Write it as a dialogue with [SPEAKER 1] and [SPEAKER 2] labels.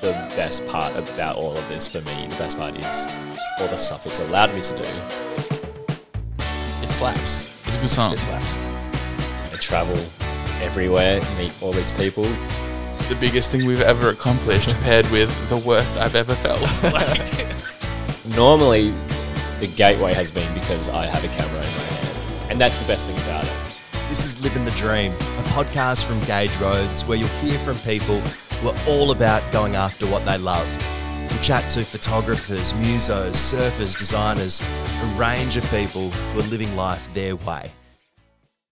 [SPEAKER 1] the best part about all of this for me. The best part is all the stuff it's allowed me to do.
[SPEAKER 2] It slaps. It's a good song.
[SPEAKER 1] It slaps. I travel everywhere, meet all these people.
[SPEAKER 2] the biggest thing we've ever accomplished, paired with the worst I've ever felt. like,
[SPEAKER 1] Normally, the gateway has been because I have a camera in my hand, and that's the best thing about it.
[SPEAKER 3] This is Living the Dream, a podcast from Gage Roads where you'll hear from people who are all about going after what they love. We'll chat to photographers, musos, surfers, designers, a range of people who are living life their way.